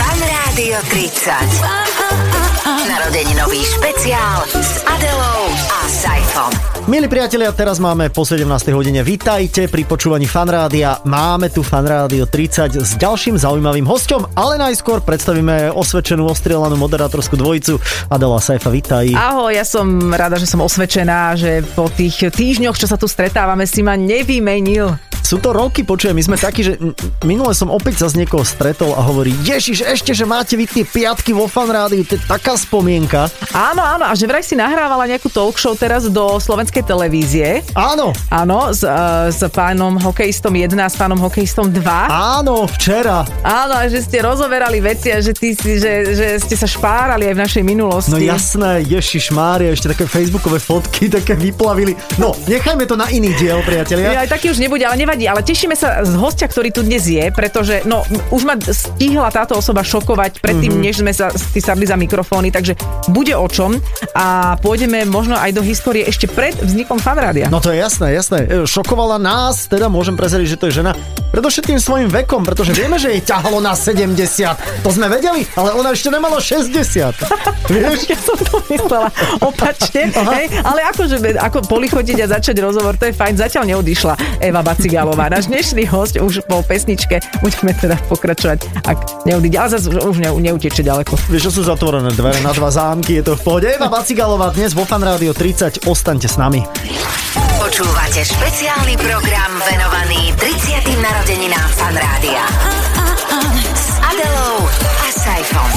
Rádio 30. Narodeninový špeciál s Adelou a Saifom. Milí priatelia, teraz máme po 17. hodine. Vítajte pri počúvaní Fanrádia. Máme tu Fanrádio 30 s ďalším zaujímavým hostom, ale najskôr predstavíme osvedčenú, ostrielanú moderátorskú dvojicu. Adela Saifa, vítaj. Ahoj, ja som rada, že som osvedčená, že po tých týždňoch, čo sa tu stretávame, si ma nevymenil. Sú to roky, počujem, my sme takí, že m- minule som opäť sa z niekoho stretol a hovorí, ježiš, ešte, že máte vy tie piatky vo fanrádiu, to je taká spomienka. Áno, áno, a že vraj si nahrávala nejakú talk show teraz do slovenskej televízie. Áno, Áno, s, uh, s pánom hokejistom 1 a s pánom hokejistom 2. áno, včera. Áno, a že ste rozoverali veci a že, ty, si- že, že ste sa špárali aj v našej minulosti. No jasné, Ježiš Mária, ešte také facebookové fotky, také vyplavili. No, nechajme to na iný diel, priatelia. Ja aj taký už nebude, ale nevadí. Ale tešíme sa z hostia, ktorý tu dnes je, pretože no, už ma stihla táto osoba šokovať predtým, mm-hmm. než sme sa si sadli za mikrofóny, takže bude o čom a pôjdeme možno aj do histórie ešte pred vznikom fanrádia. No to je jasné, jasné. E, Šokovala nás, teda môžem prezrieť, že to je žena. Predovšetkým svojim vekom, pretože vieme, že jej ťahalo na 70. To sme vedeli, ale ona ešte nemala 60. Vieš? Ja som to myslela opačne, hej, ale akože be- ako polichodiť a začať rozhovor, to je fajn. Zatiaľ neodišla Eva Bacigalová. Náš dnešný host už po pesničke budeme teda pokračovať, ak neodíde, ale zase už ne, neuteče ďaleko. Vieš, že sú zatvorené dvere na dva zámky, je to v pohode. Eva Bacigalová dnes vo Fan Rádio 30, ostaňte s nami. Počúvate špeciálny program venovaný 30. narodeninám Fanrádia. S Adelou a Saifom.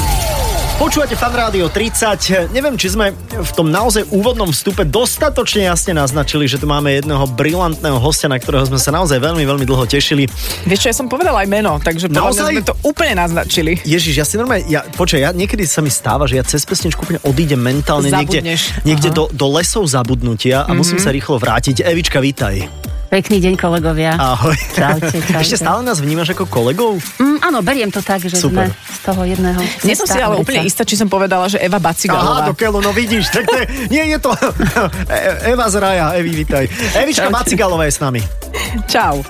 Počúvate Fan Rádio 30. Neviem, či sme v tom naozaj úvodnom vstupe dostatočne jasne naznačili, že tu máme jedného brilantného hostia, na ktorého sme sa naozaj veľmi, veľmi dlho tešili. Vieš čo, ja som povedala aj meno, takže podľa mňa Naozaj? sme to úplne naznačili. Ježiš, ja si normálne, ja, počkaj, ja, niekedy sa mi stáva, že ja cez pesničku úplne odídem mentálne Zabudneš. niekde, niekde Aha. do, do lesov zabudnutia a mm-hmm. musím sa rýchlo vrátiť. Evička, vítaj. Pekný deň, kolegovia. Ahoj. Čaute, čaute. Ešte stále nás vnímaš ako kolegov? Mm, áno, beriem to tak, že Super. Super. sme z toho jedného Nie som si cesta ale ulica. úplne istá, či som povedala, že Eva Aha, Bacigalová. do keľu, no vidíš, tak to je, nie je to E- Eva z Raja, Evi, vítaj. Evička Čaute. Macigalová je s nami. Čau.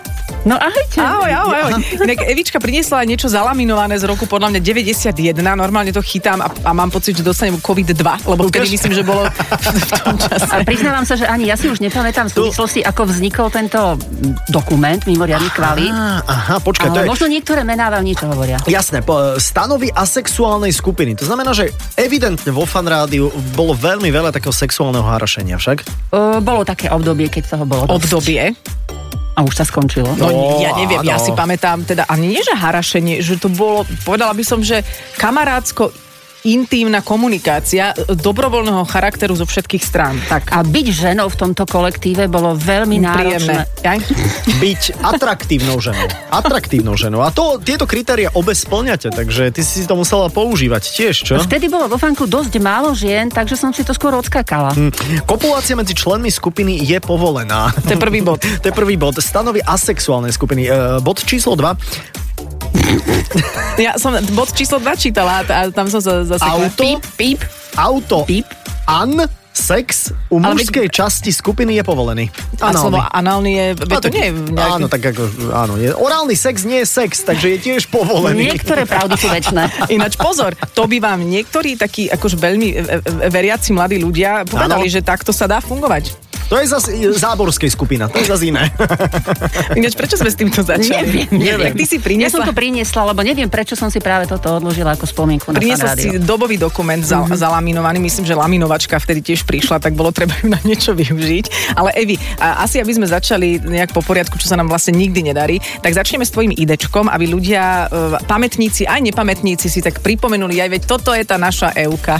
No ahojte. Ahoj, ahoj, ahoj. Inak Evička priniesla aj niečo zalaminované z roku podľa mňa 91. Normálne to chytám a, a mám pocit, že dostanem COVID-2, lebo Ukáž. vtedy myslím, že bolo v tom čase. A priznávam sa, že ani ja si už nepamätám v súvislosti, ako vznikol tento dokument mimoriadný kvalít. Á, Aha, počkaj, to je... Ale možno niektoré mená vám niečo hovoria. Jasné, po, stanovy asexuálnej skupiny. To znamená, že evidentne vo fanrádiu bolo veľmi veľa takého sexuálneho harašenia však. Uh, bolo také obdobie, keď toho bolo. dosť. Obdobie. A už sa skončilo. No, No, ja neviem, ja áno. si pamätám, teda, a nie že harašenie, že to bolo, povedala by som, že kamarádsko intímna komunikácia e, dobrovoľného charakteru zo všetkých strán. Tak. A byť ženou v tomto kolektíve bolo veľmi náročné. Príjemné. Jaj? Byť atraktívnou ženou. Atraktívnou ženou. A to, tieto kritéria obe splňate, takže ty si to musela používať tiež, čo? No. Vtedy bolo vo fanku dosť málo žien, takže som si to skôr odskakala. Hm. Kopulácia medzi členmi skupiny je povolená. To je prvý bod. To je prvý bod. Stanovy asexuálnej skupiny. E, bod číslo 2. Ja som bod číslo 2 čítala a t- a tam som sa zase... Auto? Píp, píp, Auto. píp. An. Sex u Ale my- mužskej časti skupiny je povolený. A slovo Análny. análny je... Veď A to No, tak- nie je nejaký... Áno, tak ako, áno. Je, orálny sex nie je sex, takže je tiež povolený. Niektoré pravdy sú väčšie. Ináč pozor, to by vám niektorí takí akož veľmi e, e, veriaci mladí ľudia povedali, Áno. že takto sa dá fungovať. To je zase záborskej skupina, to je zase iné. Ináč prečo sme s týmto začali? Neviem, neviem. Tak ty si Ja som priniesla, to priniesla, lebo neviem, prečo som si práve toto odložila ako spomienku na Mhm. priniesla si fanrádio. dobový dokument za, mm-hmm. zalaminovaný, myslím, že laminovačka vtedy tiež prišla, tak bolo treba ju na niečo využiť. Ale Evi, a asi aby sme začali nejak po poriadku, čo sa nám vlastne nikdy nedarí, tak začneme s tvojim idečkom, aby ľudia, e, pamätníci aj nepamätníci si tak pripomenuli, aj veď toto je tá naša Euka.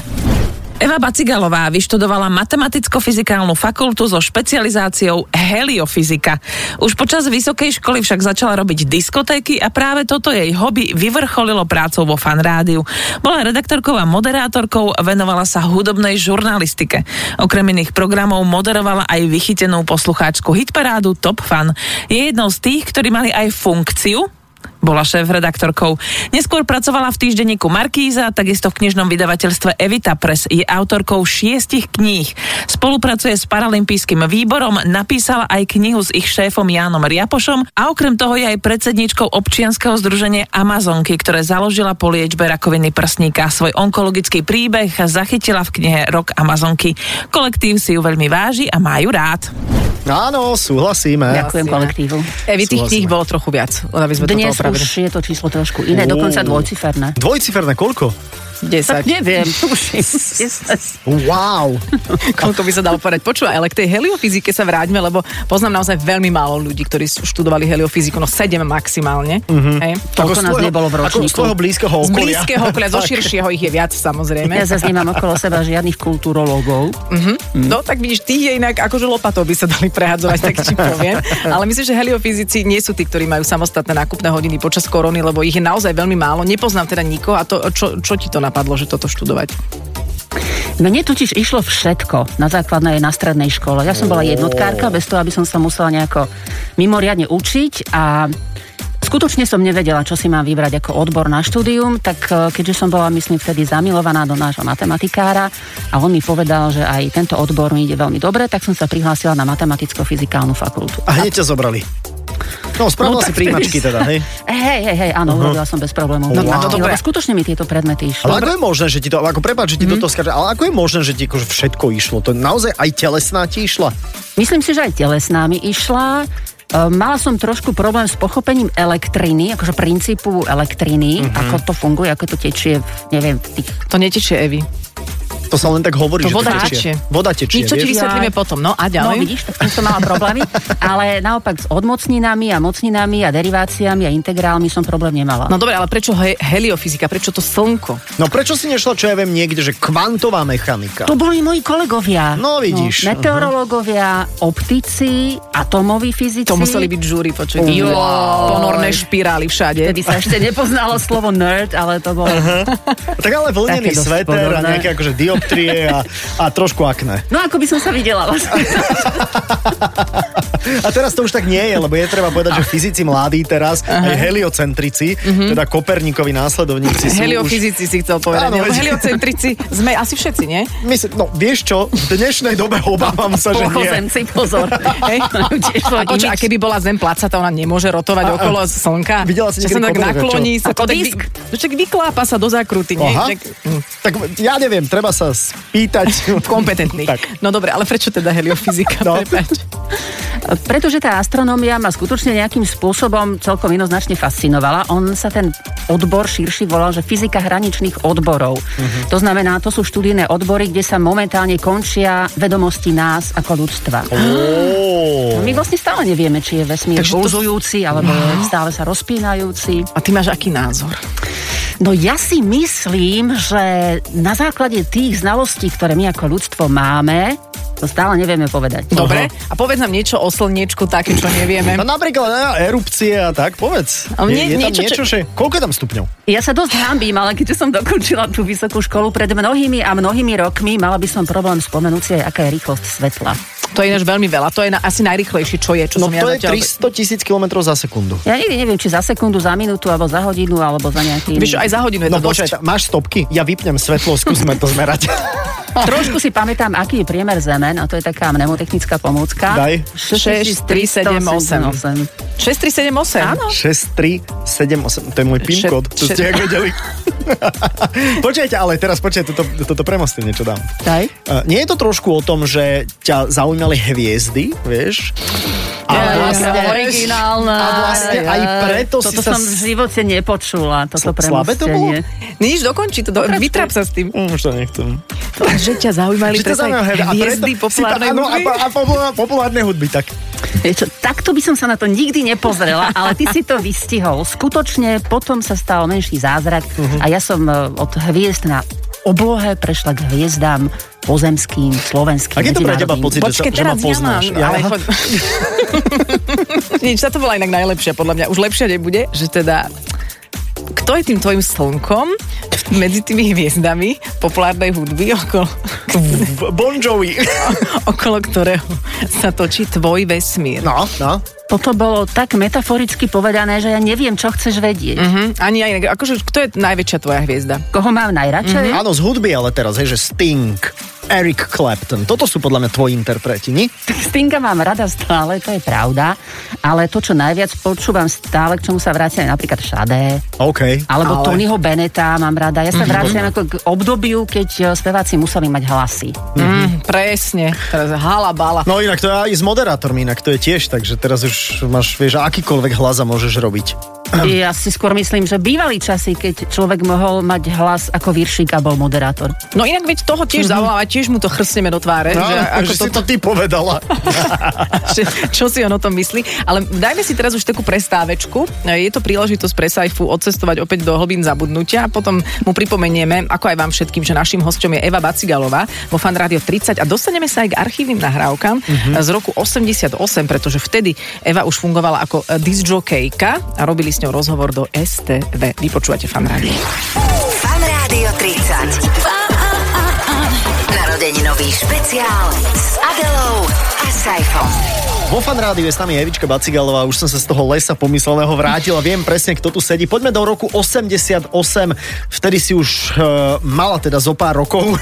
Eva Bacigalová vyštudovala matematicko-fyzikálnu fakultu so špecializáciou heliofyzika. Už počas vysokej školy však začala robiť diskotéky a práve toto jej hobby vyvrcholilo prácou vo fanrádiu. Bola redaktorkou a moderátorkou, venovala sa hudobnej žurnalistike. Okrem iných programov moderovala aj vychytenú poslucháčku hitparádu Top Fan. Je jednou z tých, ktorí mali aj funkciu Bola šéf-redaktorkou. Neskôr pracovala v týždenníku Markíza, takisto v knižnom vydavateľstve Evita Press. Je autorkou šiestich kníh. Spolupracuje s Paralympijským výborom, napísala aj knihu s ich šéfom Jánom Riapošom a okrem toho je aj predsedničkou občianskeho združenia Amazonky, ktoré založila po liečbe rakoviny prsníka. Svoj onkologický príbeh zachytila v knihe Rok Amazonky. Kolektív si ju veľmi váži a majú rád. Áno, súhlasíme. Ďakujem kolektívu. Evi, tých Súhlasíme. kníh bolo trochu viac, len aby sme Dnes toto opravili. už je to číslo trošku iné, Ó. dokonca dvojciferné. Dvojciferné koľko? 10. Neviem, tuším. 10. Wow. Koľko by sa dalo povedať? Počúvaj, ale k tej heliofyzike sa vráťme, lebo poznám naozaj veľmi málo ľudí, ktorí s- študovali heliofyziku, no 7 maximálne. Mhm. Mm-hmm. Hej. Toľko nás nebolo v ako z ročníku. tvojho blízkeho Z okolia. blízkeho okolia, zo širšieho ich je viac samozrejme. Ja zase nemám okolo seba žiadnych kulturológov. No tak vidíš, tí je inak akože lopatou by sa dali prehadzovať, tak ti poviem. Ale myslím, že heliofyzici nie sú tí, ktorí majú samostatné nákupné hodiny počas korony, lebo ich je naozaj veľmi málo. Nepoznám teda nikoho a to, čo, čo ti to napadlo, že toto študovať? Mne totiž išlo všetko na základnej aj na strednej škole. Ja som bola jednotkárka, bez toho, aby som sa musela nejako mimoriadne učiť a skutočne som nevedela, čo si mám vybrať ako odbor na štúdium, tak eh, keďže som bola, myslím, vtedy zamilovaná do nášho matematikára a on mi povedal, že aj tento odbor mi ide veľmi dobre, tak som sa prihlásila na matematicko-fyzikálnu fakultu. A hneď ťa zobrali. No, spravila No, si tak príjmačky teda, hej? Hej, hej, hej, áno, urobila som bez problémov. No, no, dobre. Lebo skutočne mi tieto predmety išli. Ale ako je možné, že ti to, ako prepáč, že ti Mhm. do toho skáže, ale ako je možné, že ti akože všetko išlo? To naozaj aj telesná ti išla? Myslím si, že aj telesná mi išla. E, Mala som trošku problém s pochopením elektriny, akože princípu elektriny, Mhm. mm-hmm. ako to funguje, ako to tečie, v, neviem, v tých... To netečie Evi. To sa len tak hovorí, To že voda to tečie. tečie. Voda tečie, Nič, čo ti vieš? vysvetlíme potom. No a No ďalej. vidíš, tak s tým som mala problémy, ale naopak s odmocninami a mocninami a deriváciami a integrálmi som problém nemala. No dobre, ale prečo he- heliofyzika? Prečo to slnko? No prečo si nešla, čo ja viem, niekde, že kvantová mechanika? To boli moji kolegovia. No, vidíš. No, meteorológovia, optici, atomoví fyzici. Mhm. To museli byť žúry, počuť. Joj. Ponorné špirály všade. Vtedy sa ešte nepoznalo slovo nerd, ale to bolo... Mhm. Tak ale vlnený Také dosť sveter a podobné. nejaké akože dioptrie a, a trošku akné. No ako by som sa videla vlastne. A teraz to už tak nie je, lebo je treba povedať, že fyzici mladí teraz, aj heliocentrici, Mhm. teda Kopernikovi následovníci sú už... Heliofyzici si chcel povedať. Áno, Áno, veď- heliocentrici sme asi všetci, nie? Myslím, no vieš čo, v dnešnej dobe obávam sa, že nie. Pochozemci, pozor. Hej. Majú tiež svoj A, poču, a imič. keby bola zem placatá, ona nemôže rotovať A- a- a, okolo slnka. Videla si Že sa niekedy tak kopec, nakloní, čo? sa Ako to tak vy- disk? no Však vyklápa sa do zákruty, nie? Aha. Tak, hm, Tak ja neviem, treba sa spýtať. kompetentný. Tak. No dobre, ale prečo teda heliofyzika? No. Prepáč. Pretože tá astronómia ma skutočne nejakým spôsobom celkom jednoznačne fascinovala. On sa ten odbor širší volal, že fyzika hraničných odborov. Mhm. To znamená, to sú študijné odbory, kde sa momentálne končia vedomosti nás ako ľudstva. Ó, My vlastne stále nevieme, či je vesmír Takže to- No. pulzujúci, alebo je stále sa rozpínajúci. A ty máš aký názor? No ja si myslím, že na základe tých znalostí, ktoré my ako ľudstvo máme, to stále nevieme povedať. Dobre, a povedz nám niečo o slniečku, také, čo No nevieme. napríklad á, erupcie a tak, povedz. Ale je, je nie- tam niečo, niečo, čo- že... Koľko je tam stupňov? Ja sa dosť hambím, ale keďže som dokončila tú vysokú školu pred mnohými a mnohými rokmi, mala by som problém spomenúť si aj, aká je rýchlosť svetla. To je ináč veľmi veľa, to je na, asi najrychlejšie, čo je, čo No som ja to je zatiaľ... 300 tisíc kilometrov za sekundu. Ja nikdy neviem, či za sekundu, za minútu, alebo za hodinu, alebo za nejaký... Vieš, čo, aj za hodinu je No to dosť. počkaj, máš stopky? Ja vypnem svetlo, skúsme to zmerať. Trošku si pamätám, aký je priemer Zemen, a to je taká mnemotechnická pomôcka. Daj. 6, 3, 7, 8. 6378. Áno. 6, 3, 7, 8. To je môj PIN Šet- kód, to šet- ste ak vedeli. počkajte, ale teraz počkajte, toto, toto premostím niečo dám. Daj. Uh, nie je to trošku o tom, že ťa zaujímali hviezdy, vieš? A Ja, vlastne, ja, originálna. a vlastne aj preto toto si sa... som v živote nepočula, toto Slabé to bolo? premostenie. Nič, dokončí to, do... vytrap sa s tým. Mm, Už to nechcem. Takže ťa zaujímali Že ťa presne zaujímavé hviezdy a hviezdy preto si pa- populárnej áno, a, hudby? pa- a, populár- populárnej hudby, tak. Vieš čo, takto by som sa na to nikdy nepozrela, ale ty si to vystihol. Skutočne potom sa stal menší zázrak Mhm. a ja som e, od hviezd na oblohe prešla k hviezdám pozemským, slovenským, Aký je to pre teba medzinárodným. pocit, že, sa, že Počkej, ma teraz ja mám, poznáš? ale Aha. chod... Nič, táto bola inak najlepšia, podľa mňa. Už lepšia nebude, že teda... Kto je tým tvojim slnkom v medzi tými hviezdami populárnej hudby, okolo, Bon Jovi. okolo ktorého sa točí tvoj vesmír. No, no. Toto bolo tak metaforicky povedané, že ja neviem, čo chceš vedieť. Mm. Mhm, ani aj inak. Akože, kto je najväčšia tvoja hviezda? Koho mám najradšej? Mm. Áno, z hudby, ale teraz, hej, že Sting, Eric Clapton. Toto sú podľa mňa tvoji interpreti, nie? Stinga mám rada stále, to je pravda. Ale to, čo najviac počúvam stále, k čomu sa vraciam, je napríklad Šadé, OK. Ale- alebo ale... Tonyho Beneta mám rada. Ja sa Mhm. vraciam ako k obdobiu, keď eh, speváci museli mať hlasy. Mhm. Mm, presne. Teraz halabala. No inak to je aj s moderátormi, inak to je tiež, takže teraz už máš, vieš, akýkoľvek hlaza môžeš robiť. Ja si skôr myslím, že bývali časy, keď človek mohol mať hlas ako viršík a bol moderátor. No inak veď toho tiež mm-hmm. zavolávať, tiež mu to chrstneme do Mhm. tváre. No, že ako že si to ty povedala. že, čo si on o tom myslí. Ale dajme si teraz už takú prestávečku. E, Je to príležitosť pre Saifu odcestovať opäť do hlbín zabudnutia. Potom mu pripomenieme, ako aj vám všetkým, že našim hostom je Eva Bacigalová vo Fan Rádio 30 a dostaneme sa aj k archívnym nahrávkam z roku 88, pretože vtedy Eva už fungovala ako e, disjokejka a robili s ňou rozhovor do STV. Vypočúvate Fan Rádio. Fan Rádio 30. Narodeninový špeciál s Adelou a Saifom. Vo fan rádiu je s nami Evička Bacigalová, už som sa z toho lesa pomyselného vrátil a viem presne, kto tu sedí. Poďme do roku 88, vtedy si už e, mala teda zo pár rokov.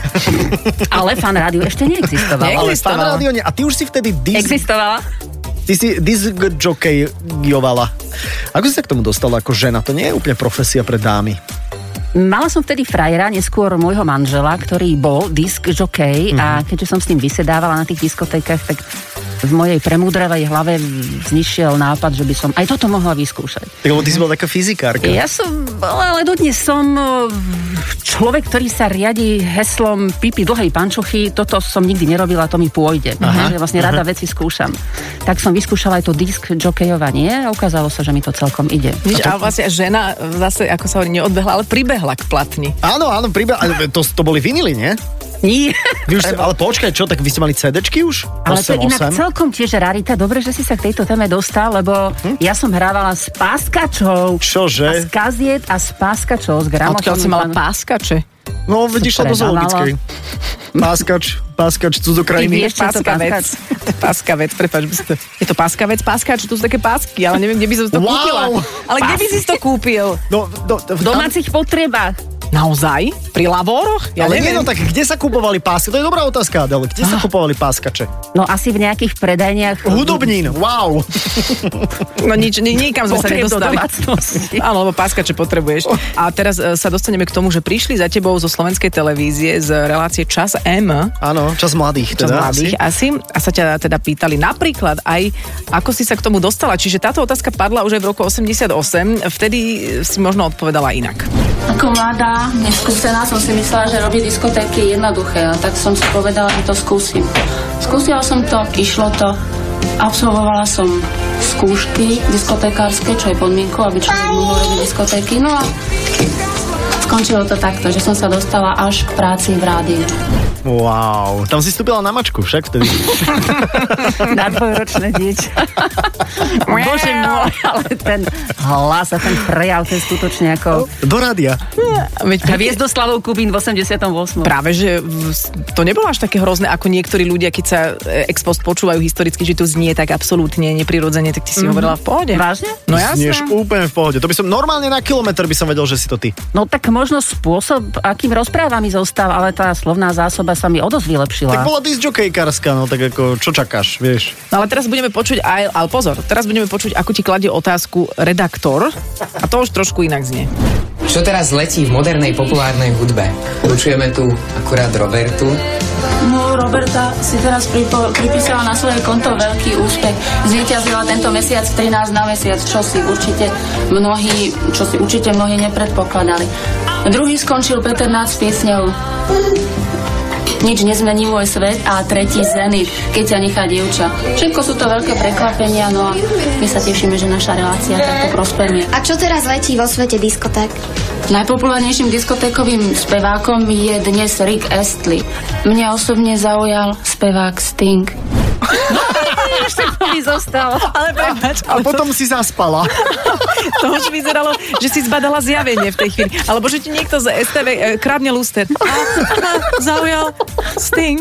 Ale fan rádiu ešte neexistovalo. Ale fan Existovala. rádio nie. A ty už si vtedy dis, Existovala? ty si disc jokeyovala. Ako si sa k tomu dostala ako žena? To nie je úplne profesia pre dámy. Mala som vtedy frajera, neskôr môjho manžela, ktorý bol disk žokej a keďže som s ním vysedávala na tých diskotékach, tak v mojej premudravej hlave vznišiel nápad, že by som aj toto mohla vyskúšať. Tak, lebo ty si bola taká fyzikárka. Ja som, bola, ale dodnes som eh, človek, ktorý sa riadi heslom pipi dlhej pančuchy, toto som nikdy nerobila, to mi pôjde. Aha, že vlastne rada veci skúšam. Tak som vyskúšala aj to disk jokejovanie a ukázalo sa, že mi to celkom ide. Vidíš, a vlastne žena e, zase, ako sa hovorí, neodbehla, ale pribehla k platni. Áno, áno, priba... ale to, to boli vinily, nie? Nie. Vy už ste, ale počkaj, čo, tak vy ste mali CDčky už? Ale to je inak 8-8? celkom tiež rarita. Dobre, že si sa k tejto téme dostal, lebo hm? eh. ja som hrávala s páskačou. Čože? A z kaziet a s páskačou, z gramofónu. Odkiaľ si mala páskače? No, vidíš, lebo predávala. zoologickej. Páskač, páskač Ty cudzokrajiny. vieš- čo je to Páskavec. Páskavec, prepáč. by ste- Je to páskavec, páskač, to sú také pásky, ale neviem, kde by som si to Wow! kúpila. Ale kde by si si to kúpil? No, do, do, V domácich potrebách. Naozaj? Pri lavoroch? Ja ale nie, no neviem. tak kde sa kupovali páskače? To je dobrá otázka, Adele. Kde Ah. sa kupovali páskače? No asi v nejakých predajniach. Hudobnín, wow. no nič, ni, nikam sme sa Potrieb do nedostali. domácnosti. Áno, lebo páskače potrebuješ. A teraz e, sa dostaneme k tomu, že prišli za tebou zo slovenskej televízie z relácie Čas M, Áno, čas mladých. čas Teda, mladých asi. A sa ťa teda pýtali napríklad aj, ako si sa k tomu dostala. Čiže táto otázka padla už aj v roku 88. Vtedy si možno odpovedala inak. Ako mladá, neskúsená som si myslela, že robiť diskotéky je jednoduché, a tak som si povedala, že to skúsim. Skúsila som to, išlo to, absolvovala som skúšky diskotekárske, čo je podmienkou, aby človek mohol robiť diskotéky, no a skončilo to takto, že som sa dostala až k práci v rádiu. asi. Wow, tam si vstúpila na mačku však vtedy. na dvojročné dieťa. Bože môj, ale ten hlas a ten prejav, to je skutočne ako Do rádia. Veď hviezdoslavou Kubín v 88. Práve, že v- to nebolo až také hrozné, ako niektorí ľudia, keď sa e, ex post počúvajú historicky, že to znie tak absolútne neprirodzene, tak ty si mm-hmm. hovorila v pohode. Vážne? No jasné. Znieš úplne v pohode. To by som normálne na kilometr by som vedel, že si to ty. No tak možno spôsob, akým rozpráva mi zostáva, ale tá slovná zásoba sa mi o dosť Tak vylepšila. bola disjokejkárska, no tak ako, čo čakáš, vieš? No ale teraz budeme počuť aj, ale pozor, teraz budeme počuť, ako ti kladie otázku redaktor a to už trošku inak znie. Čo teraz letí v modernej populárnej hudbe? Určujeme tu akurát Robertu. No, Roberta si teraz pripo- pripísala na svoje konto veľký úspech. Zvíťazila tento mesiac 13 na mesiac, čo si určite mnohí, čo si určite mnohí nepredpokladali. Druhý skončil Peter Nác s piesňou Nič nezmení môj svet a tretí Zenit, keď ťa nechá dievča. Všetko sú to veľké prekvapenia, no a my sa tešíme, že naša relácia takto prosperuje. A čo teraz letí vo svete diskoték? Najpopulárnejším diskotékovým spevákom je dnes Rick Astley. Mňa osobne zaujal spevák Sting. ešte to mi zostalo. Ale prepáč, A potom si zaspala. to už vyzeralo, že si zbadala zjavenie v tej chvíli. Alebo že ti niekto z STV e, kradne luster. A, a, zaujal Sting.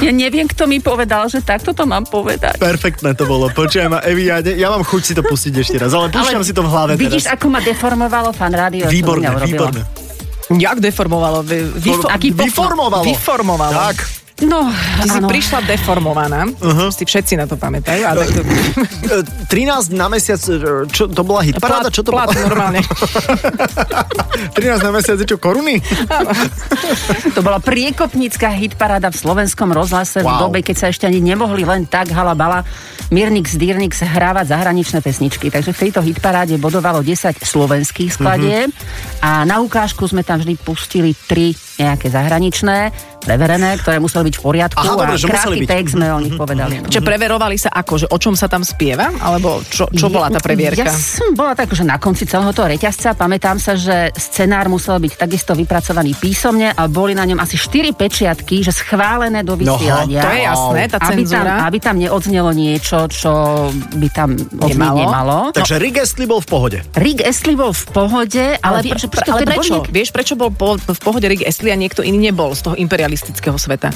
Ja neviem, kto mi povedal, že takto to mám povedať. Perfektné to bolo. Počujem, a Evi, ja, ne- ja mám chuť si to pustiť ešte raz, ale púšťam si to v hlave Vidíš, teraz. ako ma deformovalo fan rádio. čo výborné, mňa urobilo. výborné. Jak deformovalo? Vy, vyfo- Aký pofo- Vyformovalo. Vyformovalo. Tak. No, Ty si áno. prišla deformovaná, uh-huh. si všetci na to pamätajú. A tak to... E, 13 na mesiac, e, čo, to bola hit paráda, čo to plat, bola? plat normálne. 13 na mesiac, je čo, koruny? To bola priekopnícka hitparáda v slovenskom rozhlase Wow. v dobe, keď sa ešte ani nemohli len tak halabala Mirnix Dyrnix hrávať zahraničné pesničky. Takže v tejto hitparáde bodovalo 10 slovenských Mhm. skladieb a na ukážku sme tam vždy pustili 3 nejaké zahraničné, preverené, ktoré museli byť v poriadku Aha, a dobre, že museli krátky byť. Mhm, text sme o nich povedali. no. Čiže preverovali sa ako, že o čom sa tam spieva? Alebo čo, čo bola tá previerka? Ja som bola tak, že na konci celého toho reťazca pamätám sa, že scenár musel byť takisto vypracovaný písomne a boli na ňom asi 4 pečiatky, že schválené do No, vysielania. to je jasné, tá aby tam, cenzúra. aby tam neodznelo niečo, čo by tam odznieť Nemalo. nemalo. No, Takže Rick Astley bol v pohode. Rick Astley bol v pohode, ale, vie- prečo, ale to bol prečo? niek- Vieš, prečo bol po, v pohode Rick Astley a niekto iný nebol z toho imperialistického sveta?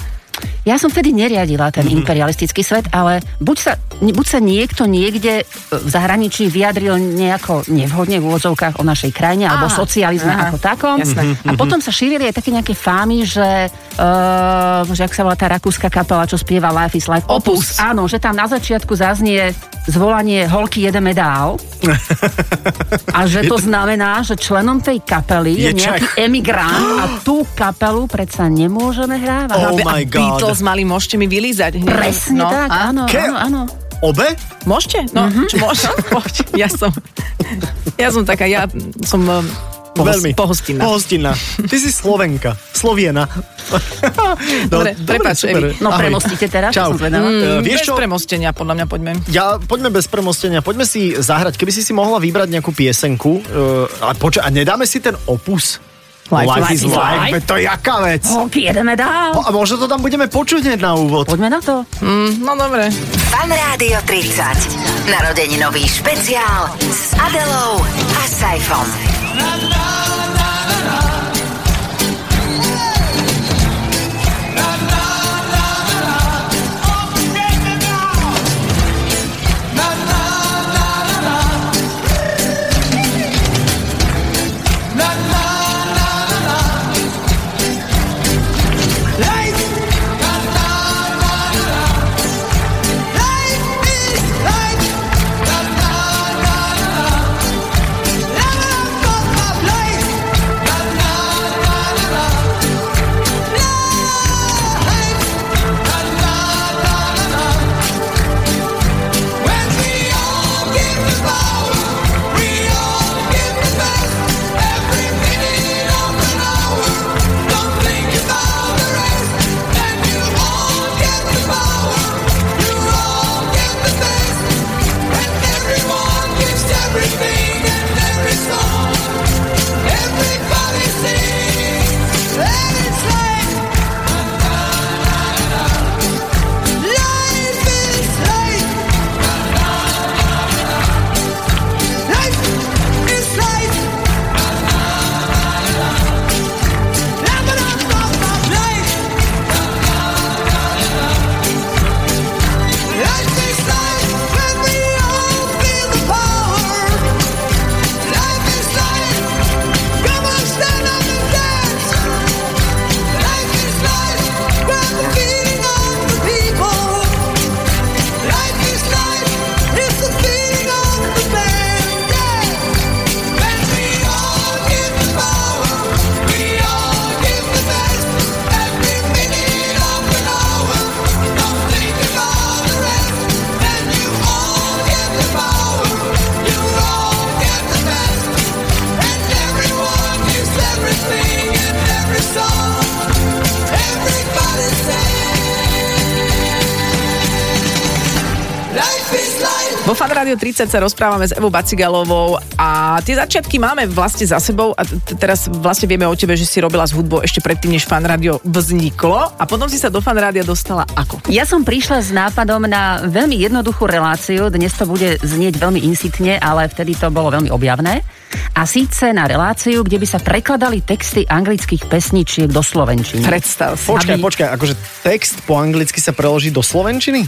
Ja som vtedy neriadila ten mm-hmm. imperialistický svet, ale buď sa, buď sa niekto niekde e, v zahraničí vyjadril nejako nevhodne v úvodzovkách o našej krajine alebo Á, socializme aha, ako takom. jasné. A potom sa šírili aj také nejaké fámy, že, uh, že ak sa volá tá rakúska kapela, čo spieva Life is Life Opus. Áno, že tam na začiatku zaznie zvolanie holky jeden medál. A že to znamená, že členom tej kapely je, Je nejaký Čech. emigrant a tú kapelu predsa nemôžeme hrávať. Oh Be- my a God. Beatles mali, môžete mi vylízať. hneď. Presne no, tak, Mhm. a? áno, Ke- áno, áno. Obe? Môžete? No, mm-hmm. čo môžem? Môžete. Ja som, ja som taká, ja som um, pohos, Veľmi. pohostinná. Pohostinná. Ty si Slovenka. Sloviena. Dobre, prepáč, super. Evi. No Ahoj. prenostíte teraz, Čau. som zvedavá. Mm, Mm, vieš Vieš čo? Bez premostenia, podľa mňa, poďme. Ja, poďme bez premostenia, poďme si zahrať. Keby si si mohla vybrať nejakú piesenku uh, a, poča- a nedáme si ten opus? Life- Life is life. veď To je jaká vec. Holky, jedeme No, dál. a možno to tam budeme počuť hneď na úvod. Poďme na to. Mm, no dobre. Fan Rádio 30. Narodeninový špeciál s Adelou a Saifom. Life Vo Fan Radio 30 sa rozprávame s Evou Bacigalovou a tie začiatky máme vlastne za sebou a t- teraz vlastne vieme o tebe, že si robila s hudbou ešte predtým, než Fan Radio vzniklo a potom si sa do Fan Rádia dostala No. ako? Ja som prišla s nápadom na veľmi jednoduchú reláciu. Dnes to bude znieť veľmi insitne, ale vtedy to bolo veľmi objavné. A síce na reláciu, kde by sa prekladali texty anglických pesničiek do slovenčiny. Predstav si. Počkaj, Aby- počkaj, akože text po anglicky sa preloží do slovenčiny?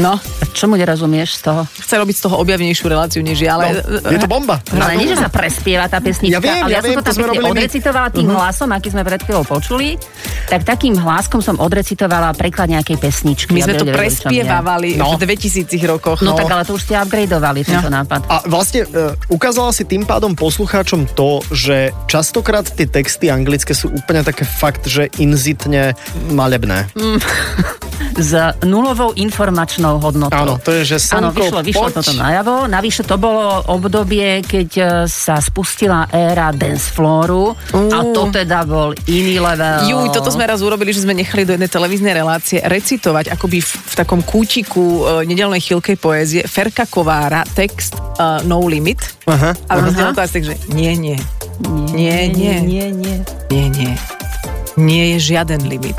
No, Čomu nerozumieš z toho? chce robiť z toho objavnejšiu reláciu, než je, No, ale... eh, je to bomba. No, ale nie, že sa prespieva tá Ja pesnička, viem, ale ja ja, viem, som to to tam sme pekne robili my. odrecitovala tým hlasom, aký sme pred chvíľou počuli, tak takým hlaskom som odrecitovala preklad nejakej pesničky. My aby sme to ľudia vedeli, o čom je. prespievávali No. v 2000 rokoch. No, tak ale to už ste upgradeovali, tento nápad. A vlastne e, ukázala si tým pádom poslucháčom to, že častokrát tie texty anglické sú úplne také fakt, že inzitne malebné. Mm. S nulovou informačnou hodnotou. Áno, to je, že Áno, slnko, vyšlo, vyšlo poď. toto najavo. Navyše to bolo obdobie, keď e, sa spustila éra dance flooru a to teda bol iný level. Juj, toto sme raz urobili, že sme nechali do jednej televíznej relácie recitovať akoby v, v takom kútiku e, nedelnej chvíľkej poézie Ferka Kovára text e, No Limit. Aha. A proste na to asi tak, že nie, nie, nie, nie, nie, nie. nie, nie. Nie je žiaden limit.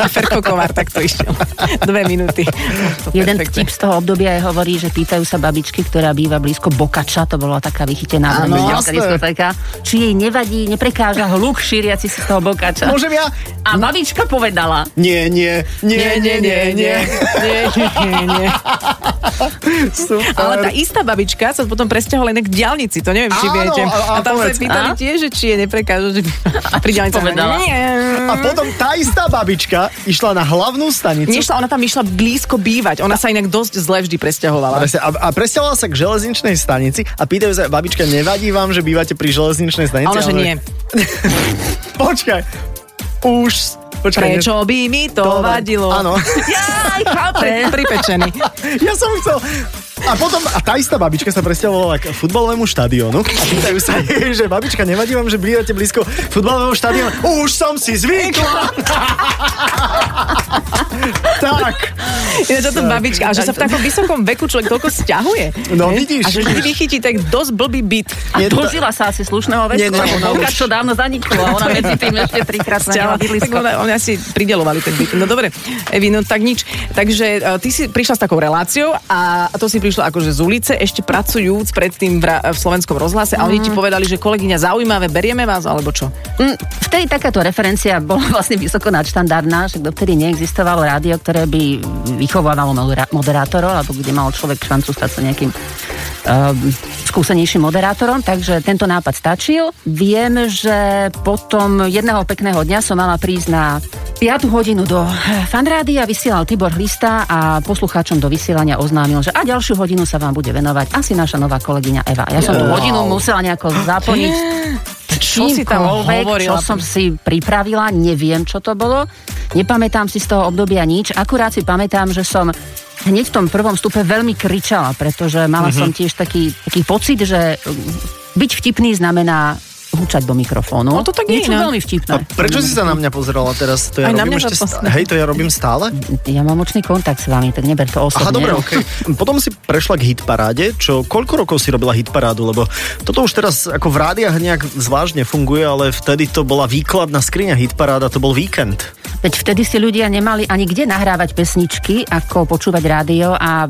A Ferko Kovár takto išiel. Dve minúty. To Jeden perfektne. vtip z toho obdobia je hovorí, že pýtajú sa babičky, ktorá býva blízko Bokača, to bola taká vychytená Áno, jasné. veľmi veľká diskotéka, či jej nevadí, neprekáža hluk šíriaci sa z toho Bokača. Môžem ja? A babička povedala, Nie, nie, nie, Nie, nie, nie, nie, nie, nie, nie. Super. Ale tá istá babička sa potom presťahovala inak k diálnici, to neviem, či Áno, viete. a- a A, tam povedz, sa pýtali a? tiež, že či je neprekážu, že by pri diálnici. povedala? Nie. A potom tá istá babička išla na hlavnú stanicu. Nešla, ona tam išla blízko bývať. Ona sa inak dosť zle vždy presťahovala. Presne, a, a presťahovala sa k železničnej stanici a pýtajú sa, babička, nevadí vám, že bývate pri železničnej stanici? A ona, že nie. Počkaj, už... Počkaj, ne- Prečo by mi to vadilo? Áno, Jaj, chápem. Pripečený. ja som chcel... A potom, a tá istá babička sa presťahovala k futbalovému štadiónu a pýtajú sa jej, že babička, nevadí vám, že bývate blízko futbalového štadiónu? Už som si zvykla! tak, Je to babička. A že sa v takom vysokom veku človek toľko stiahuje. no vidíš. A že vždy vychytí tak dosť blbý byt. a Je to- dožila sa asi slušného veku, Nie, nie, lebo ona už- Bokač to dávno zaniklo a ona medzi tým ešte trikrát sa Ťa- nela tak bydlisko. ona, ona si pridelovali ten byt. No dobre, Evi, no tak nič. Takže e, ty si prišla s takou reláciou a to si prišla akože z ulice, ešte pracujúc predtým v, ra- v slovenskom rozhlase a oni Mhm. ti povedali, že kolegyňa zaujímavé, berieme vás, alebo čo? Mm, Vtedy takáto referencia bola vlastne vysoko nadštandardná, že dovtedy neexistovalo rádio, ktoré by vychovávalo modera- moderátorov, alebo kde mal človek šancu stať sa nejakým um, skúsenejším moderátorom, takže tento nápad stačil. Viem, že potom jedného pekného dňa som mala prísť na 5 hodinu do fanrádia, vysielal Tibor Hlista a poslucháčom do vysielania oznámil, že a ďalšiu hodinu sa vám bude venovať asi naša nová kolegyňa Eva. Ja som tú hodinu musela nejako zaplniť Čo si tam čímkoľvek, hovorila? Čo som si pripravila, neviem, čo to bolo. Nepamätám si z toho obdobia nič. Akurát si pamätám, že som hneď v tom prvom stupe veľmi kričala, pretože Mhm. mala som tiež taký, taký pocit, že mm, byť vtipný znamená hučať do mikrofónu. No to tak je Niečo iné. veľmi vtipné. A prečo si sa na mňa pozerala teraz? To ja Aj na robím mňa ešte sa stále. pozerala. Hej, to ja robím stále? Ja mám očný kontakt s vami, tak neber to osobne. Aha, dobre, okej. Potom si prešla k hitparáde, čo koľko rokov si robila hitparádu, lebo toto už teraz ako v rádiach nejak zvlášť nefunguje, ale vtedy to bola výkladná skriňa hitparáda, to bol víkend. Veď vtedy si ľudia nemali ani kde nahrávať pesničky, ako počúvať rádio a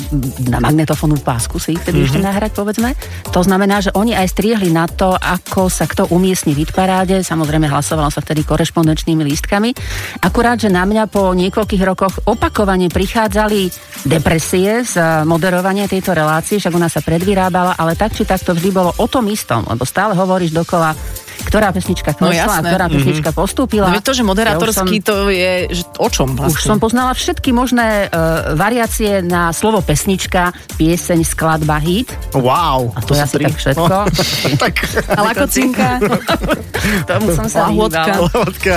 na magnetofónnu pásku si ich vtedy mm-hmm. ešte Mhm. nahrať, povedzme. To znamená, že oni aj striehli na to, ako sa kto umiestni v hitparáde. Samozrejme, hlasovalo sa vtedy korešpondenčnými lístkami. Akurát, že na mňa po niekoľkých rokoch opakovane prichádzali depresie z eh, moderovania tejto relácie, však ona sa predvyrábala, ale tak či tak to vždy bolo o tom istom, lebo stále hovoríš dokola, ktorá pesnička No klesla, jasné. ktorá pesnička postúpila. No veď to, že Ja už moderátorský, som- to je že o čom vlastne? už som poznala všetky možné uh, variácie na slovo pesnička, pieseň, skladba, hit. Wow. A to je asi tak všetko. No, tak Ale ako cinka. Tomu som sa Lahôdka. vyhýbala. Lahodka,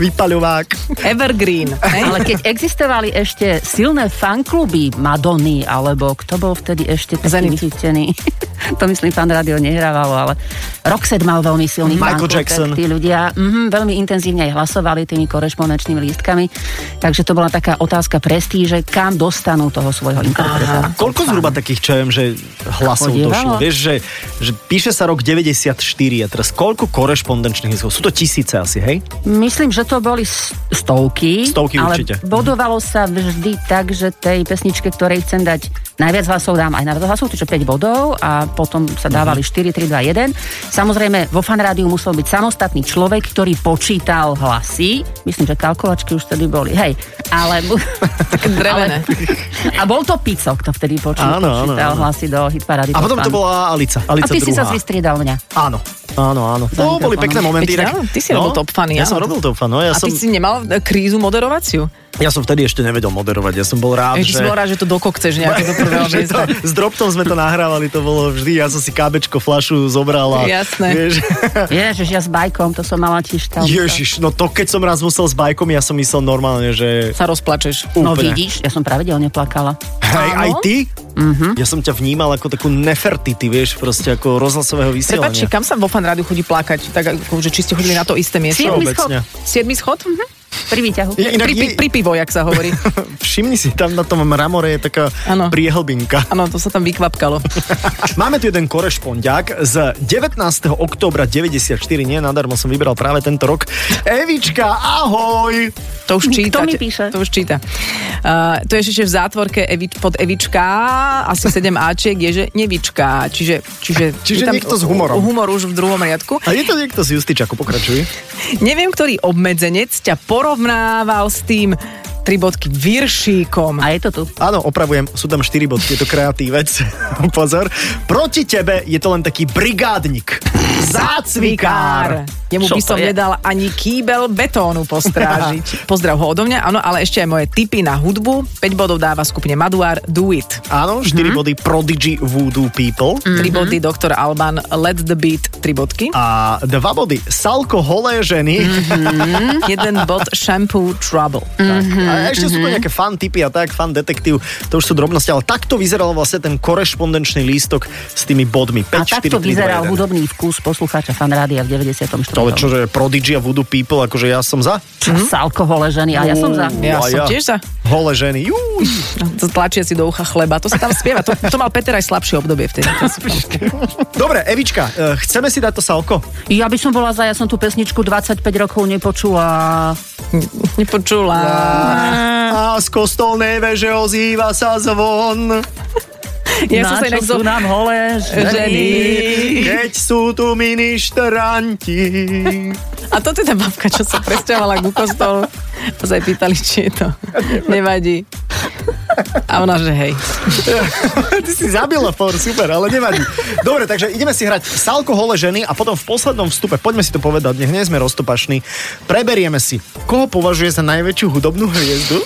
vypaľovák. Evergreen. hej? Ale keď existovali ešte silné fankluby Madony, alebo kto bol vtedy ešte taký Zenit. vychytený, to myslím, fan rádio nehrávalo, ale Roxette mal veľmi silný Michael fanklub, tak Jackson. Tí ľudia mm, veľmi intenzívne aj hlasovali tými korešpondenčnými lístkami, takže to bola taká otázka prestíže, kam dostanú toho svojho interpreta. Koľko zhruba takých, čo ja viem, že hlasov Chodívalo. došlo? Vieš, že, že píše sa rok 94 a teraz koľko korešpondenčných hlasov? Sú to tisíce asi, hej? Myslím, že to boli s- stovky. Stovky ale určite. Mhm. bodovalo sa vždy tak, že tej pesničke, ktorej chcem dať najviac hlasov, dám aj najviac hlasov, čiže 5 bodov a potom Mhm. sa dávali 4, 3, 2, 1. Samozrejme, vo fanrádiu musel byť samostatný človek, ktorý počítal hlasy. Myslím, že kalkulačky už vtedy boli. Hej, ale... bu- drevené. A bol to Pico, kto vtedy počítal, Áno, áno, počítal áno. hlasy do hitparády. A potom to Fan. bola Alica. A Alica ty druhá. si sa vystriedal mňa. Áno. Áno, áno. To mikrofónom. boli pekné momenty. Veď inak. No, áno, ty si robil top fan, Ja áno. som robil top fan, no. Ja, A som, ty si nemal e, krízu moderovaciu? ja som vtedy ešte nevedel moderovať. Ja som bol rád, Ešte že... si bol rád, že to dokokceš nejaké do prvého že to, miesta. s droptom sme to nahrávali, to bolo vždy, ja som si kábečko, flašu zobral a... Jasné. Vieš, Ježiš, ja s bajkom, to som mala tiež tam. Ježiš, no to keď som raz musel s bajkom, ja som myslel normálne, že... Sa rozplačeš. No Úplne. vidíš, ja som pravidelne plakala. Aj, aj ty? Mhm. Ja som ťa vnímal ako takú nefertity, vieš, proste ako rozhlasového vysielania. Prepačte, kam sa vo fan rádiu chodí plakať? Tak ako, že či ste chodili na to isté miesto? Siedmy schod. Všeobecne. Siedmy schod? Mhm. Pri výťahu. Je- Inak Pri, pri, je- pri pivo, jak sa hovorí. Všimni si, tam na tom mramore je taká Áno. priehlbinka. Áno, to sa tam vykvapkalo. Máme tu jeden korešpondiak z 19. októbra 94, nie, nadarmo som vybral práve tento rok. Evička, ahoj! To už číta. Kto mi píše? To už číta. Uh, to je ešte v zátvorke Evi, pod Evička, asi 7 Ačiek, je, že Nevička. Čiže, čiže, Čiže je tam niekto s humorom. Humor už v druhom riadku. A je to niekto z Justičaku, pokračuj. Neviem, ktorý obmedzenec ťa porovnával s tým tri bodky viršíkom. A je to tu. Áno, opravujem, sú tam 4 bodky, je to kreatívec. Pozor. Proti tebe je to len taký brigádnik. Zácvikár. Jemu Čo by to som je? nedal ani kýbel betónu postrážiť. Pozdrav ho odo mňa, áno, ale ešte aj moje tipy na hudbu. 5 bodov dáva skupine Maduár Do It. Áno, 4 body Prodigy Voodoo People. 3 Mhm. body Dr. Alban Let the Beat 3 bodky. A dva body Salko holé ženy. Mhm. Jeden bod Shampoo Trouble. Tak. A ešte sú to mhm. nejaké fan typy a tak, fan detektív, to už sú drobnosti, ale takto vyzeral vlastne ten korešpondenčný lístok s tými bodmi. 5, A 4, takto 3, vyzeral 2, 1. hudobný vkus poslucháča fanrádia v 94. To ale čože Prodigy a Voodoo People, akože ja som za. Čas alkohole ženy a ja som za. Ja A som tiež za. Holé ženy. Júj. Mhm. Tlačia si do ucha chleba. To sa tam spieva. To, to mal Peter aj slabšie obdobie vtedy. To si pamätám. Dobre, Evička, eh, chceme si dať to salko? Ja by som bola za, ja som tú pesničku 25 rokov nepočula. Nepočula. A z kostolnej veže ozýva sa zvon, Ja som Na sa čo inak zo... sú nám holé Ženy. ženy. keď sú tu ministranti. A to teda babka, čo sa presťahovala ku kostolu. A sa jej pýtali, či je to. Nevadí. A ona, že hej. Ty si zabila for, super, ale nevadí. Dobre, takže ideme si hrať s alkohole ženy a potom v poslednom vstupe, poďme si to povedať, nech nie sme roztopašní, preberieme si, koho považuje za najväčšiu hudobnú hviezdu.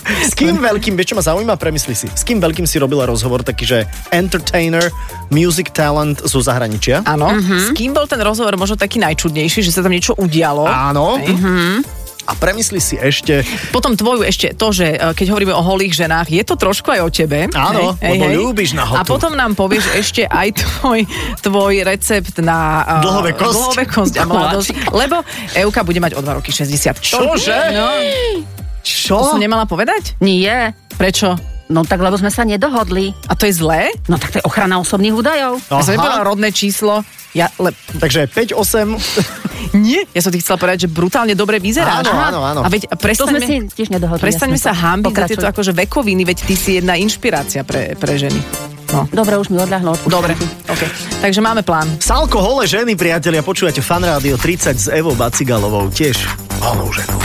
S kým veľkým, vieš čo ma zaujíma, premysli si, s kým veľkým si robila rozhovor taký, že entertainer, music talent zo zahraničia? Áno. S kým bol ten rozhovor možno taký najčudnejší, že sa tam niečo udialo? Áno. Mhm. A premysli si ešte, Potom tvoju ešte to, že e, keď hovoríme o holých ženách, je to trošku aj o tebe. Áno, lebo ľúbiš nahotu. A potom nám povieš ešte aj tvoj, tvoj recept na... Uh, Dlhovekosť. Dlhovekosť a mladosť. Lebo Euka bude mať o 2 roky 60. Čože? No, to čo? som nemala povedať? Nie, Prečo? no tak lebo sme sa nedohodli. A to je zlé? No tak to je ochrana osobných údajov. Ja som nepovedala rodné číslo. Ja, le, Takže 5, 8, nie, ja som ti chcela povedať, že brutálne dobre Áno, vyzeráš. Aha. áno, áno. A veď To prestaňme, sme si tiež nedohodli. prestaňme jasné, sa po- hambiť za pokračuj. tieto akože vekoviny, veď ty si jedna inšpirácia pre, pre ženy. No. Dobre, už mi odľahlo. odpúšťam Dobre, ti. okay. takže máme plán. Salko Hole ženy, priatelia, počúvate Fan Rádio 30 s Evou Bacigalovou, tiež holou ženou.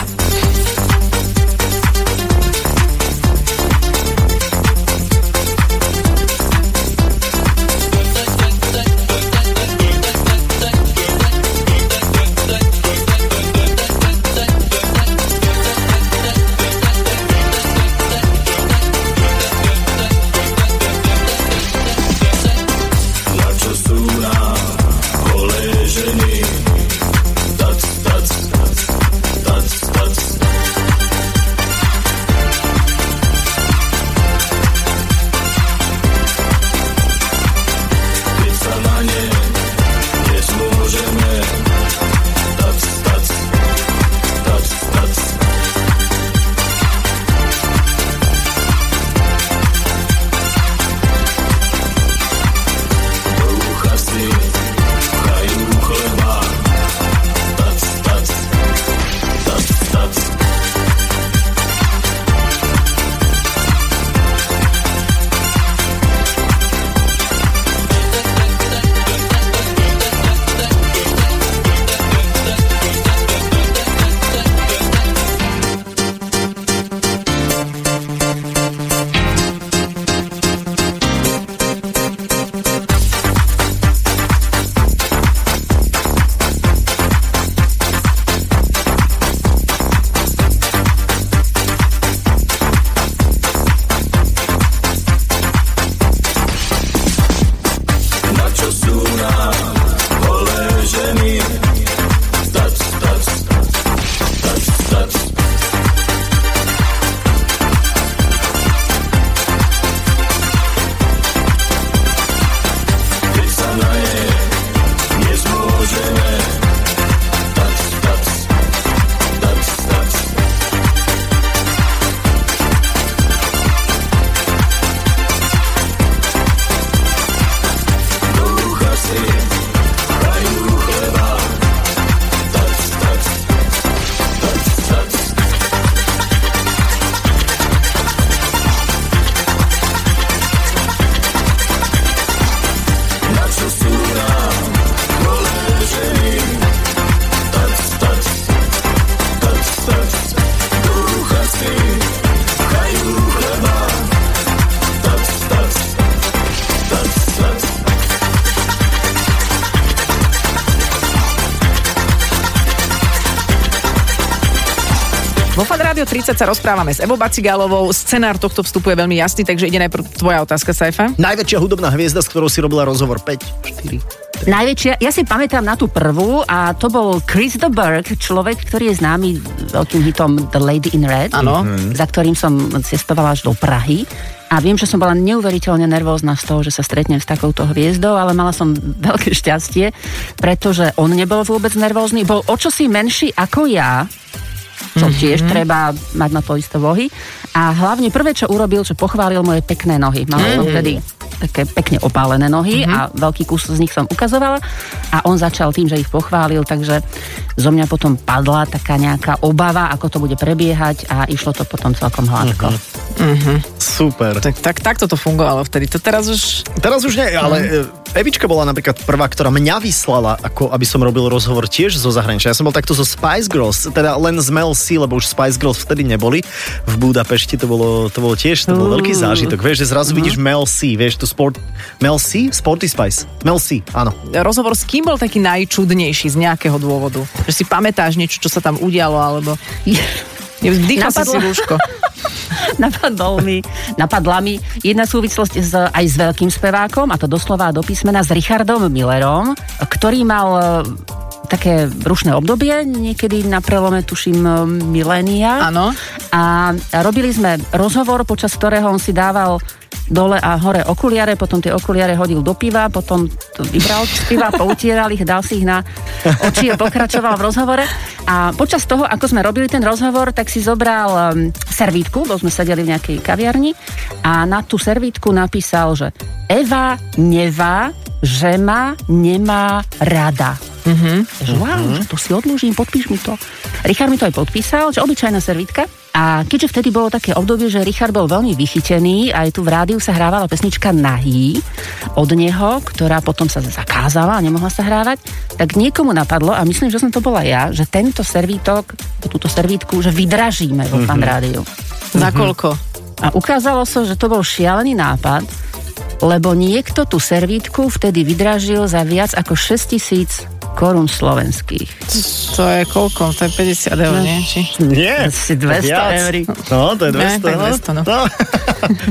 Vo Fan Rádio 30 sa rozprávame s Evo Bacigálovou. Scenár tohto vstupu je veľmi jasný, takže ide najprv tvoja otázka, Saifa. Najväčšia hudobná hviezda, s ktorou si robila rozhovor 5, 4. Najväčšia, ja si pamätám na tú prvú a to bol Chris the Burke, človek, ktorý je známy veľkým hitom The Lady in Red, Áno. Mhm. za ktorým som cestovala až do Prahy. A viem, že som bola neuveriteľne nervózna z toho, že sa stretnem s takouto hviezdou, ale mala som veľké šťastie, pretože on nebol vôbec nervózny, bol o čosi menší ako ja, čo tiež treba mať na to isté vohy. A hlavne prvé, čo urobil, že pochválil moje pekné nohy. Mala som vtedy také pekne opálené nohy a veľký kus z nich som ukazovala a on začal tým, že ich pochválil, takže zo mňa potom padla taká nejaká obava, ako to bude prebiehať a išlo to potom celkom hladko. Super. Tak, tak, takto to fungovalo vtedy. To teraz už... Teraz už nie, ale e, Evička bola napríklad prvá, ktorá mňa vyslala, ako aby som robil rozhovor tiež zo zahraničia. Ja som bol takto zo Spice Girls, teda len z Mel C, lebo už Spice Girls vtedy neboli. V Budapešti to bolo, to bolo tiež, to bol veľký zážitok. Vieš, že zrazu vidíš Mel C, vieš, tu sport... Mel C? Sporty Spice. Mel C, áno. Rozhovor s kým bol taký najčudnejší z nejakého dôvodu? Že si pamätáš niečo, čo sa tam udialo, alebo... Vdýchla si si Napadlo- rúško. Napadol mi, napadla mi jedna súvislosť s, aj s veľkým spevákom, a to doslova do písmena s Richardom Millerom, ktorý mal e, také rušné obdobie, niekedy na prelome, tuším, e, milénia. Áno. A robili sme rozhovor, počas ktorého on si dával dole a hore okuliare, potom tie okuliare hodil do piva, potom to vybral z piva, poutieral ich, dal si ich na oči a pokračoval v rozhovore. A počas toho, ako sme robili ten rozhovor, tak si zobral um, servítku, bo sme sedeli v nejakej kaviarni a na tú servítku napísal, že Eva nevá, že ma nemá rada. Že wow, že to si odložím, podpíš mi to. Richard mi to aj podpísal, že obyčajná servítka. A keďže vtedy bolo také obdobie, že Richard bol veľmi vychytený, aj tu v rádiu sa hrávala pesnička Nahý od neho, ktorá potom sa zakázala a nemohla sa hrávať, tak niekomu napadlo, a myslím, že som to bola ja, že tento servítok, túto servítku, že vydražíme vo fan rádiu. Za koľko? A ukázalo sa, že to bol šialený nápad, lebo niekto tú servítku vtedy vydražil za viac ako 6 tisíc korún slovenských. To je koľko? To je 50 eur, nie? Či... Nie. Asi 200 viac. eur. No, to je 200. Ne, tak 200, no.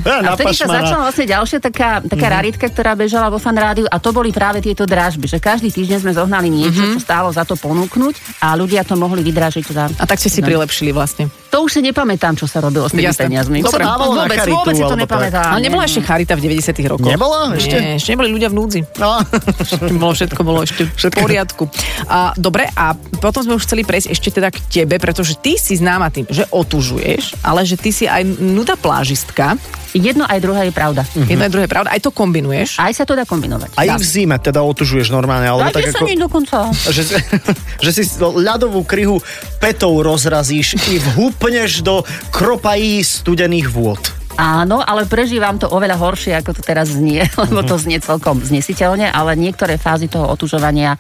Ja, na Mhm. A vtedy sa pašmana. začala vlastne ďalšia taká, taká raritka, ktorá bežala vo fan rádiu a to boli práve tieto dražby, že každý týždeň sme zohnali niečo, Mhm. čo stálo za to ponúknuť a ľudia to mohli vydražiť za... A tak ste si prilepšili vlastne. To už si nepamätám, čo sa robilo s tými Jasné. peniazmi. To sa Vôbec- dávalo na vôbec, charitu, vôbec si to alebo tak. nepamätám. Ale nebola ešte charita v 90 rokoch. Nebola ešte? Nie, ešte neboli ľudia v núdzi. No. Ešte bolo, všetko bolo ešte v poriadku. A, dobre, a potom sme už chceli prejsť ešte teda k tebe, pretože ty si známa tým, že otužuješ, ale že ty si aj nuda plážistka. Jedno aj druhé je pravda. Mhm. Jedno je druhé pravda, aj to kombinuješ. Aj sa to dá kombinovať. Aj v zime teda otužuješ normálne, alebo Aj tak No, sa ako... nie dokonca. Že, si- že si ľadovú kryhu petou rozrazíš i vhupneš do kropají studených vôd. Áno, ale prežívam to oveľa horšie, ako to teraz znie, lebo Mhm. to znie celkom znesiteľne, ale niektoré fázy toho otužovania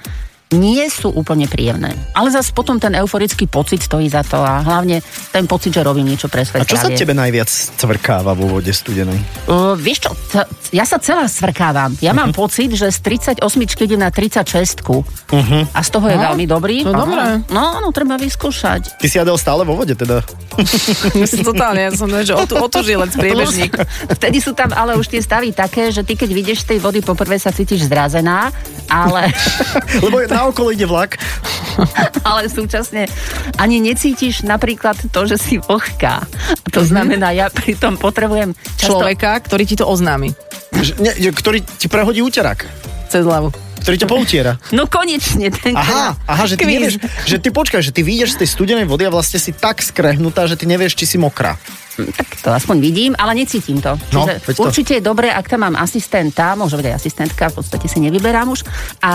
nie sú úplne príjemné. Ale zase potom ten euforický pocit stojí za to a hlavne ten pocit, že robím niečo A pre svoje čo sa zdravie. tebe najviac cvrkáva vo vode studenej? Uh, vieš čo, t- ja sa celá svrkávam. Ja Mhm. mám pocit, že z 38 idem na 36 Mhm. uh-huh. a z toho je veľmi dobrý. No, to Aha. dobré. No, no, treba vyskúšať. Ty si jadel stále vo vode teda. Ja som totálne, ja som že otu, otužilec, priebežník. Vtedy sú tam ale už tie stavy také, že ty keď vidieš z tej vody poprvé sa cítiš zrazená, ale, Lebo je- na okolo ide vlak. ale súčasne ani necítiš napríklad to, že si vlhká. To Mhm. znamená, ja pritom potrebujem často... Človeka, ktorý ti to oznámi Že- ne, že- ktorý ti prehodí úterák. cez hlavu. Ktorý ťa poutiera. No konečne ten Aha, aha, že ty Kvíz. nevieš, že ty počkaj, že ty vyjdeš z tej studenej vody a vlastne si tak skrehnutá, že ty nevieš, či si mokrá. tak to aspoň vidím, ale necítim to. No, Čiže veď to. určite je dobré, ak tam mám asistenta, môže byť aj asistentka, v podstate si nevyberám už, a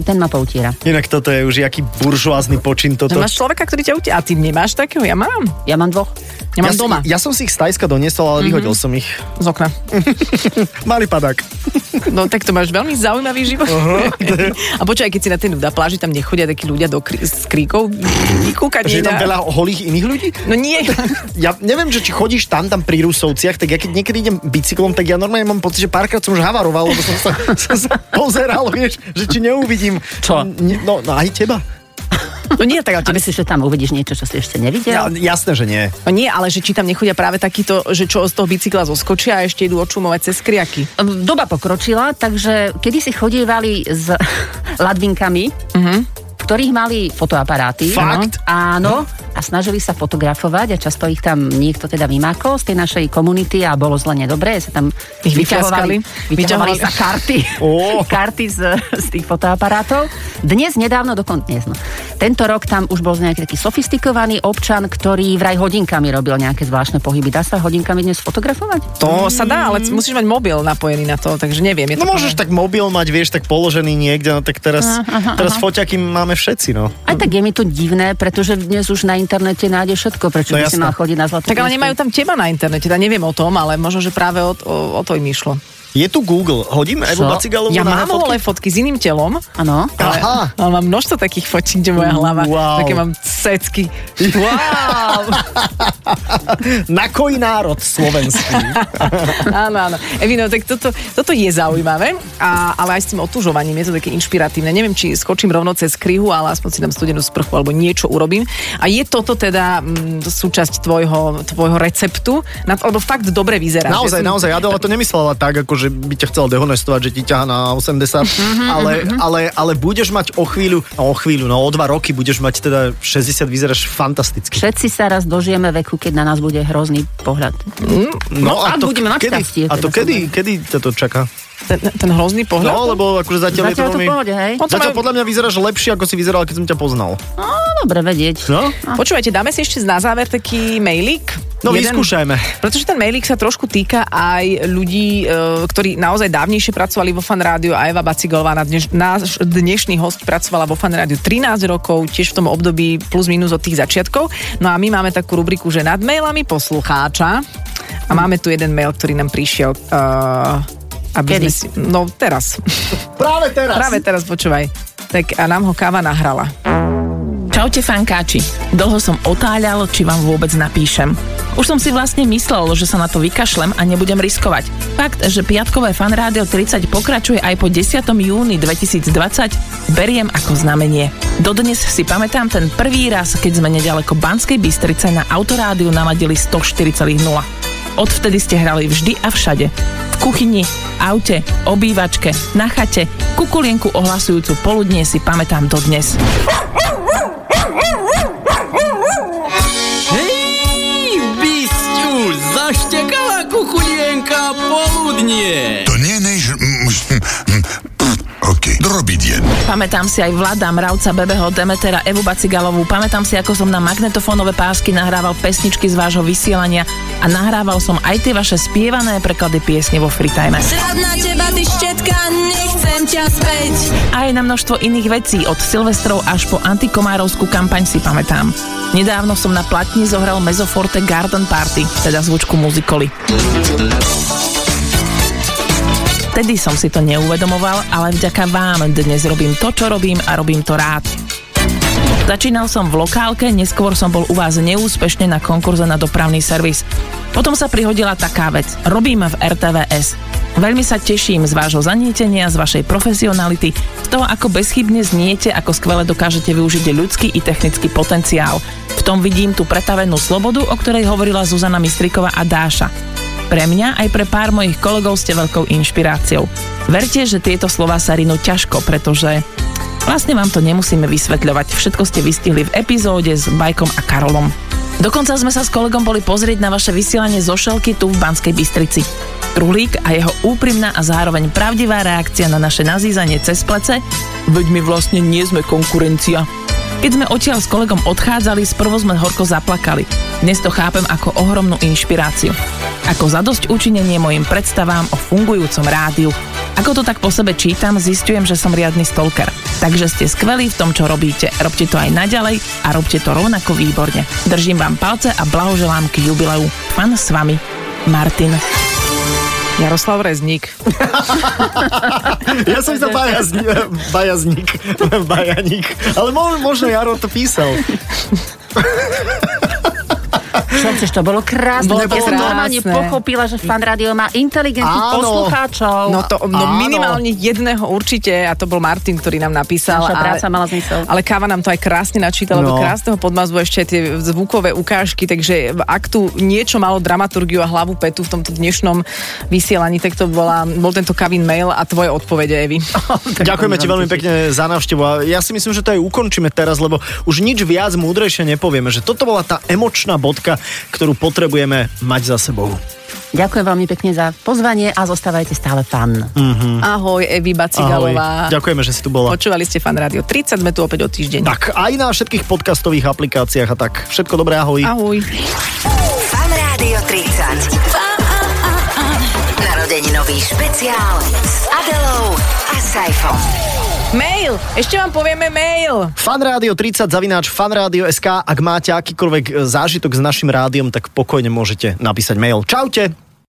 ten ma poutiera. Inak toto je už jaký buržoázny počin Že toto. No máš človeka, ktorý ťa utie... A ty nemáš takého? Ja mám. Ja mám dvoch. Ja ja, mám si- doma. Mhm. ja som si ich z Tajska doniesol, ale vyhodil som ich. Z okna. Malý padák. No tak to máš veľmi zaujímavý život. A počkaj, keď si na ten nuda pláži, tam nechodia takí ľudia do kri- s kríkov vykúkať. Že je tam nedá. veľa holých iných ľudí? No nie. Ja neviem, že či chodíš tam, tam pri Rusovciach, tak ja keď niekedy idem bicyklom, tak ja normálne mám pocit, že párkrát som už havaroval, lebo som sa, som sa pozeral, vieš, že či neuvidím. Čo? N- No, no aj teba. No nie, tak ale A tebe myslíš, že tam uvidíš niečo, čo si Ja, ešte nevidel? jasné, že nie. No nie, ale že či tam nechodia práve takíto, že čo z toho bicykla zoskočia a ešte idú očumovať cez kriaky. Ehm, Doba pokročila, takže kedy si chodievali s ladvinkami, v ktorých mali fotoaparáty. Fakt? Áno. A snažili sa fotografovať a často ich tam niekto teda vymákol z tej našej komunity a bolo zle nedobré. Sa tam Ich vyťahovali- vyťaskali. vyťahovali Vyťahovali. sa karty. Ó. Karty z, z tých fotoaparátov. Dnes, nedávno, dokonca dnes, no. Tento rok tam už bol nejaký taký sofistikovaný občan, ktorý vraj hodinkami robil nejaké zvláštne pohyby. Dá sa hodinkami dnes fotografovať? To sa dá, ale musíš mať mobil napojený na to, takže neviem. Je Mm. No to môžeš tak mobil mať, vieš, tak položený niekde, no tak teraz, teraz foťaky máme všetci, no. Aj tak je mi to divné, pretože dnes už na internete nájde všetko, prečo No by si jasné. mal chodiť na zlatú Tak ale priesku. nemajú tam teba na internete, teda neviem o tom, ale možno, že práve o, o, o to im išlo. Je tu Google, hodím Evu Čo? Bacigalovu Ja na mám fotky? ale fotky s iným telom, Áno. ale, Aha. ale mám množstvo takých fotík, kde moja hlava, Wow. také mám cecky. Wow! Na koj národ slovenský. áno, áno. Evino, tak toto, toto je zaujímavé, a, ale aj s tým otužovaním je to také inšpiratívne. Neviem, či skočím rovno cez kryhu, ale aspoň si dám studenú sprchu alebo niečo urobím. A je toto teda mm, súčasť tvojho, tvojho receptu? Na, lebo fakt dobre vyzerá. Naozaj, že? naozaj, Adela to nemyslela tak, ako že by ťa chcela dehonestovať, že ti ťaha na 80, Mhm, ale, ale, ale budeš mať o chvíľu, no o chvíľu, no o dva roky budeš mať teda 60, vyzeráš fantasticky. Všetci sa raz dožijeme veku, keď na nás bude hrozný pohľad. No, ak budeme mať kedy, šťastie, a to teda kedy, kedy ťa to čaká? Ten, ten hrozný pohľad? No, lebo akože zatiaľ, je to Zatiaľ to v veľmi... pohode, hej? On to Zatiaľ majú- podľa mňa vyzeráš lepšie, ako si vyzeral, keď som ťa poznal. No, dobre vedieť. No, Počúvajte, dáme si ešte na záver taký mailík. no vyskúšajme. Pretože ten mailík sa trošku týka aj ľudí, e, ktorí naozaj dávnejšie pracovali vo Fan Rádiu a Eva Bacigová, na dneš, náš dnešný host, pracovala vo Fan Rádiu 13 rokov, tiež v tom období plus minus od tých začiatkov. No a my máme takú rubriku, že nad mailami poslucháča a máme tu jeden mail, ktorý nám prišiel e, aby Kedy? sme si, no teraz. Práve teraz. Práve teraz počúvaj. Tak a nám ho káva nahrala. Čaute fankáči, dlho som otáľal, či vám vôbec napíšem. Už som si vlastne myslel, že sa na to vykašlem a nebudem riskovať. Fakt, že piatkové fanrádio 30 pokračuje aj po 10. júni 2020, beriem ako znamenie. Dodnes si pamätám ten prvý raz, keď sme nedaleko Banskej Bystrice na autorádiu naladili 104,0. Odvtedy ste hrali vždy a všade. V kuchyni, aute, obývačke, na chate, kukulienku ohlasujúcu poludnie si pamätám dodnes. Hej, Bisťu, zaštekala kukulienka poludnie. To nie, než... mm, mm, mm, pff, OK. Drobiť jen. Pamätám si aj Vlada, Mravca, Bebeho, Demetera, Evu Bacigalovú. Pamätám si, ako som na magnetofónové pásky nahrával pesničky z vášho vysielania a nahrával som aj tie vaše spievané preklady piesne vo Freetime. Rád na teba, ty štetka, nechcem ťa späť. Aj na množstvo iných vecí, od Silvestrov až po antikomárovskú kampaň si pamätám. Nedávno som na platni zohral Mezoforte Garden Party, teda zvučku muzikoly. Vtedy som si to neuvedomoval, ale vďaka vám dnes robím to, čo robím a robím to rád. Začínal som v lokálke, neskôr som bol u vás neúspešne na konkurze na dopravný servis. Potom sa prihodila taká vec. Robím v RTVS. Veľmi sa teším z vášho zanietenia, z vašej profesionality, z toho, ako bezchybne zniete, ako skvele dokážete využiť ľudský i technický potenciál. V tom vidím tú pretavenú slobodu, o ktorej hovorila Zuzana Mistriková a Dáša. Pre mňa aj pre pár mojich kolegov ste veľkou inšpiráciou. Verte, že tieto slova sa rinú ťažko, pretože vlastne vám to nemusíme vysvetľovať. Všetko ste vystihli v epizóde s Bajkom a Karolom. Dokonca sme sa s kolegom boli pozrieť na vaše vysielanie zo Šelky tu v Banskej Bystrici. Truhlík a jeho úprimná a zároveň pravdivá reakcia na naše nazízanie cez plece Veď my vlastne nie sme konkurencia. Keď sme odtiaľ s kolegom odchádzali, sprvo sme horko zaplakali. Dnes to chápem ako ohromnú inšpiráciu. Ako zadosť učinenie mojim predstavám o fungujúcom rádiu. Ako to tak po sebe čítam, zistujem, že som riadny stalker. Takže ste skvelí v tom, čo robíte. Robte to aj naďalej a robte to rovnako výborne. Držím vám palce a blahoželám k jubileu. Fan s vami, Martin. Jaroslav Rezník. Ja som sa bajazník, bajazník, bajaník. Ale mo- možno Jaro to písal. Všetci, to bolo krásne. Bolo ja to som krásne. normálne pochopila, že fan rádio má inteligentných Áno. poslucháčov. No to no Áno. minimálne jedného určite a to bol Martin, ktorý nám napísal. Naša ale- práca mala zmysel. Ale Káva nám to aj krásne načítala, no. do No. krásneho podmazbu ešte aj tie zvukové ukážky, takže ak tu niečo malo dramaturgiu a hlavu petu v tomto dnešnom vysielaní, tak to bola, bol tento Kavin mail a tvoje odpovede, Evi. Ďakujeme ti veľmi pekne za návštevu a ja si myslím, že to aj ukončíme teraz, lebo už nič viac múdrejšie nepovieme, že toto bola tá emočná bodka, ktorú potrebujeme mať za sebou. Ďakujem veľmi pekne za pozvanie a zostávajte stále fan. Mhm. Ahoj, Evi Bacigalová. Ahoj. Ďakujeme, že si tu bola. Počúvali ste Fan Rádio 30, sme tu opäť o týždeň. Tak, aj na všetkých podcastových aplikáciách a tak. Všetko dobré, ahoj. Ahoj. Fan Rádio 30. Narodeninový špeciál s Adelou a Saifom. Mail! Ešte vám povieme mail! Fanrádio 30 zavináč fanradio.sk Ak máte akýkoľvek e, zážitok s našim rádiom, tak pokojne môžete napísať mail. Čaute!